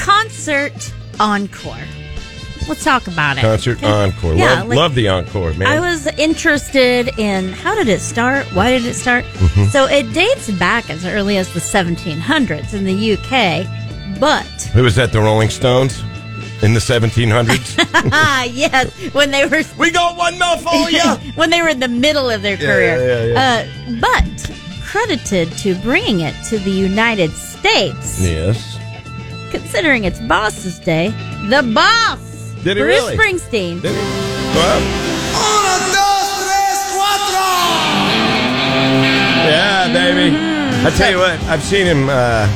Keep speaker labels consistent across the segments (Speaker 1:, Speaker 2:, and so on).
Speaker 1: concert encore. Let's talk about it.
Speaker 2: Concert encore.
Speaker 1: Yeah,
Speaker 2: love,
Speaker 1: like-
Speaker 2: love the encore, man.
Speaker 1: I was interested in how did it start? Why did it start?
Speaker 2: Mm-hmm.
Speaker 1: So it dates back as early as the 1700s in the UK, but
Speaker 2: Who was that? The Rolling Stones in the 1700s.
Speaker 1: ah yes, when they were
Speaker 2: we got one mouthful, Oh, yeah.
Speaker 1: when they were in the middle of their
Speaker 2: Yeah,
Speaker 1: career.
Speaker 2: yeah,
Speaker 1: Uh, but credited to bringing it to the United States,
Speaker 2: yes.
Speaker 1: considering it's Boss's Day. The boss,
Speaker 2: Did he
Speaker 1: Bruce
Speaker 2: really?
Speaker 1: Springsteen.
Speaker 2: Well, yeah, baby.
Speaker 1: Mm-hmm.
Speaker 2: I tell you what, I've seen him uh,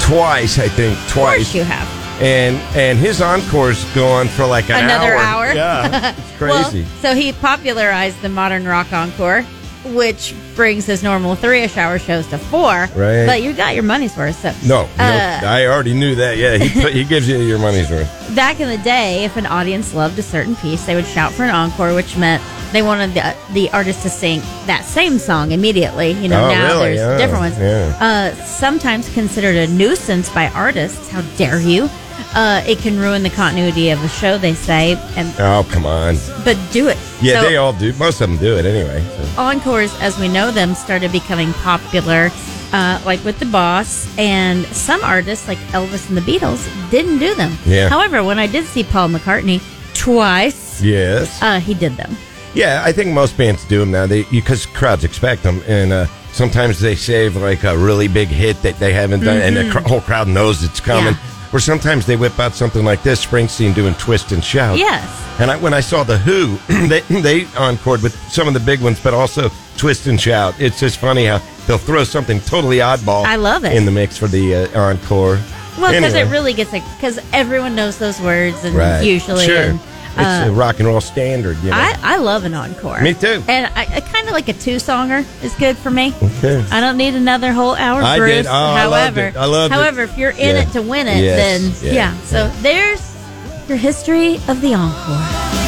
Speaker 2: twice. I think
Speaker 1: of course,
Speaker 2: twice.
Speaker 1: you have
Speaker 2: and and his encores go on for like an
Speaker 1: another hour.
Speaker 2: Yeah, it's crazy.
Speaker 1: Well, so he popularized the modern rock encore, which brings his normal three-ish hour shows to four.
Speaker 2: Right.
Speaker 1: But you got your money's worth. So
Speaker 2: no, no,
Speaker 1: Uh,
Speaker 2: I already knew that. Yeah, he put- he gives you your money's worth.
Speaker 1: back in the day, if an audience loved a certain piece, they would shout for an encore, which meant they wanted the, the artist to sing that same song immediately. You know,
Speaker 2: Oh,
Speaker 1: now
Speaker 2: really?
Speaker 1: there's
Speaker 2: Oh,
Speaker 1: different ones.
Speaker 2: yeah.
Speaker 1: Uh, sometimes considered a nuisance by artists. How dare you? Uh, it can ruin the continuity of a show, they say, and
Speaker 2: Oh, come on.
Speaker 1: but do it.
Speaker 2: Yeah,
Speaker 1: So-
Speaker 2: they all do. Most of them do it anyway. so.
Speaker 1: encores as we know them started becoming popular uh, like with the boss and some artists like elvis and the beatles didn't do them
Speaker 2: Yeah.
Speaker 1: however when i did see paul mccartney twice
Speaker 2: Yes.
Speaker 1: uh, he did them
Speaker 2: Yeah, I think most bands do them now. They because crowds expect them, and uh, sometimes they save like a really big hit that they haven't done, and the cr- whole crowd knows it's coming. Or sometimes they whip out something like this, Springsteen doing "Twist and Shout."
Speaker 1: Yes.
Speaker 2: And I, when I saw the Who, they they encored with some of the big ones, but also "Twist and Shout." It's just funny how they'll throw something totally oddball.
Speaker 1: I love it.
Speaker 2: in the mix for the uh, encore.
Speaker 1: well because
Speaker 2: Anyway.
Speaker 1: it really gets like because everyone knows those words and
Speaker 2: right.
Speaker 1: usually
Speaker 2: sure.
Speaker 1: and,
Speaker 2: it's a
Speaker 1: uh,
Speaker 2: rock and roll standard. You know?
Speaker 1: I, I love an encore.
Speaker 2: Me too.
Speaker 1: And I, I kind of like a two songer is good for me.
Speaker 2: Okay.
Speaker 1: I don't need another whole hour,
Speaker 2: I
Speaker 1: Bruce.
Speaker 2: did. Oh, I loved
Speaker 1: however,
Speaker 2: it. I loved it.
Speaker 1: however, if you're in
Speaker 2: Yeah.
Speaker 1: it to win it,
Speaker 2: Yes.
Speaker 1: then
Speaker 2: Yeah.
Speaker 1: yeah. So there's your history of the encore.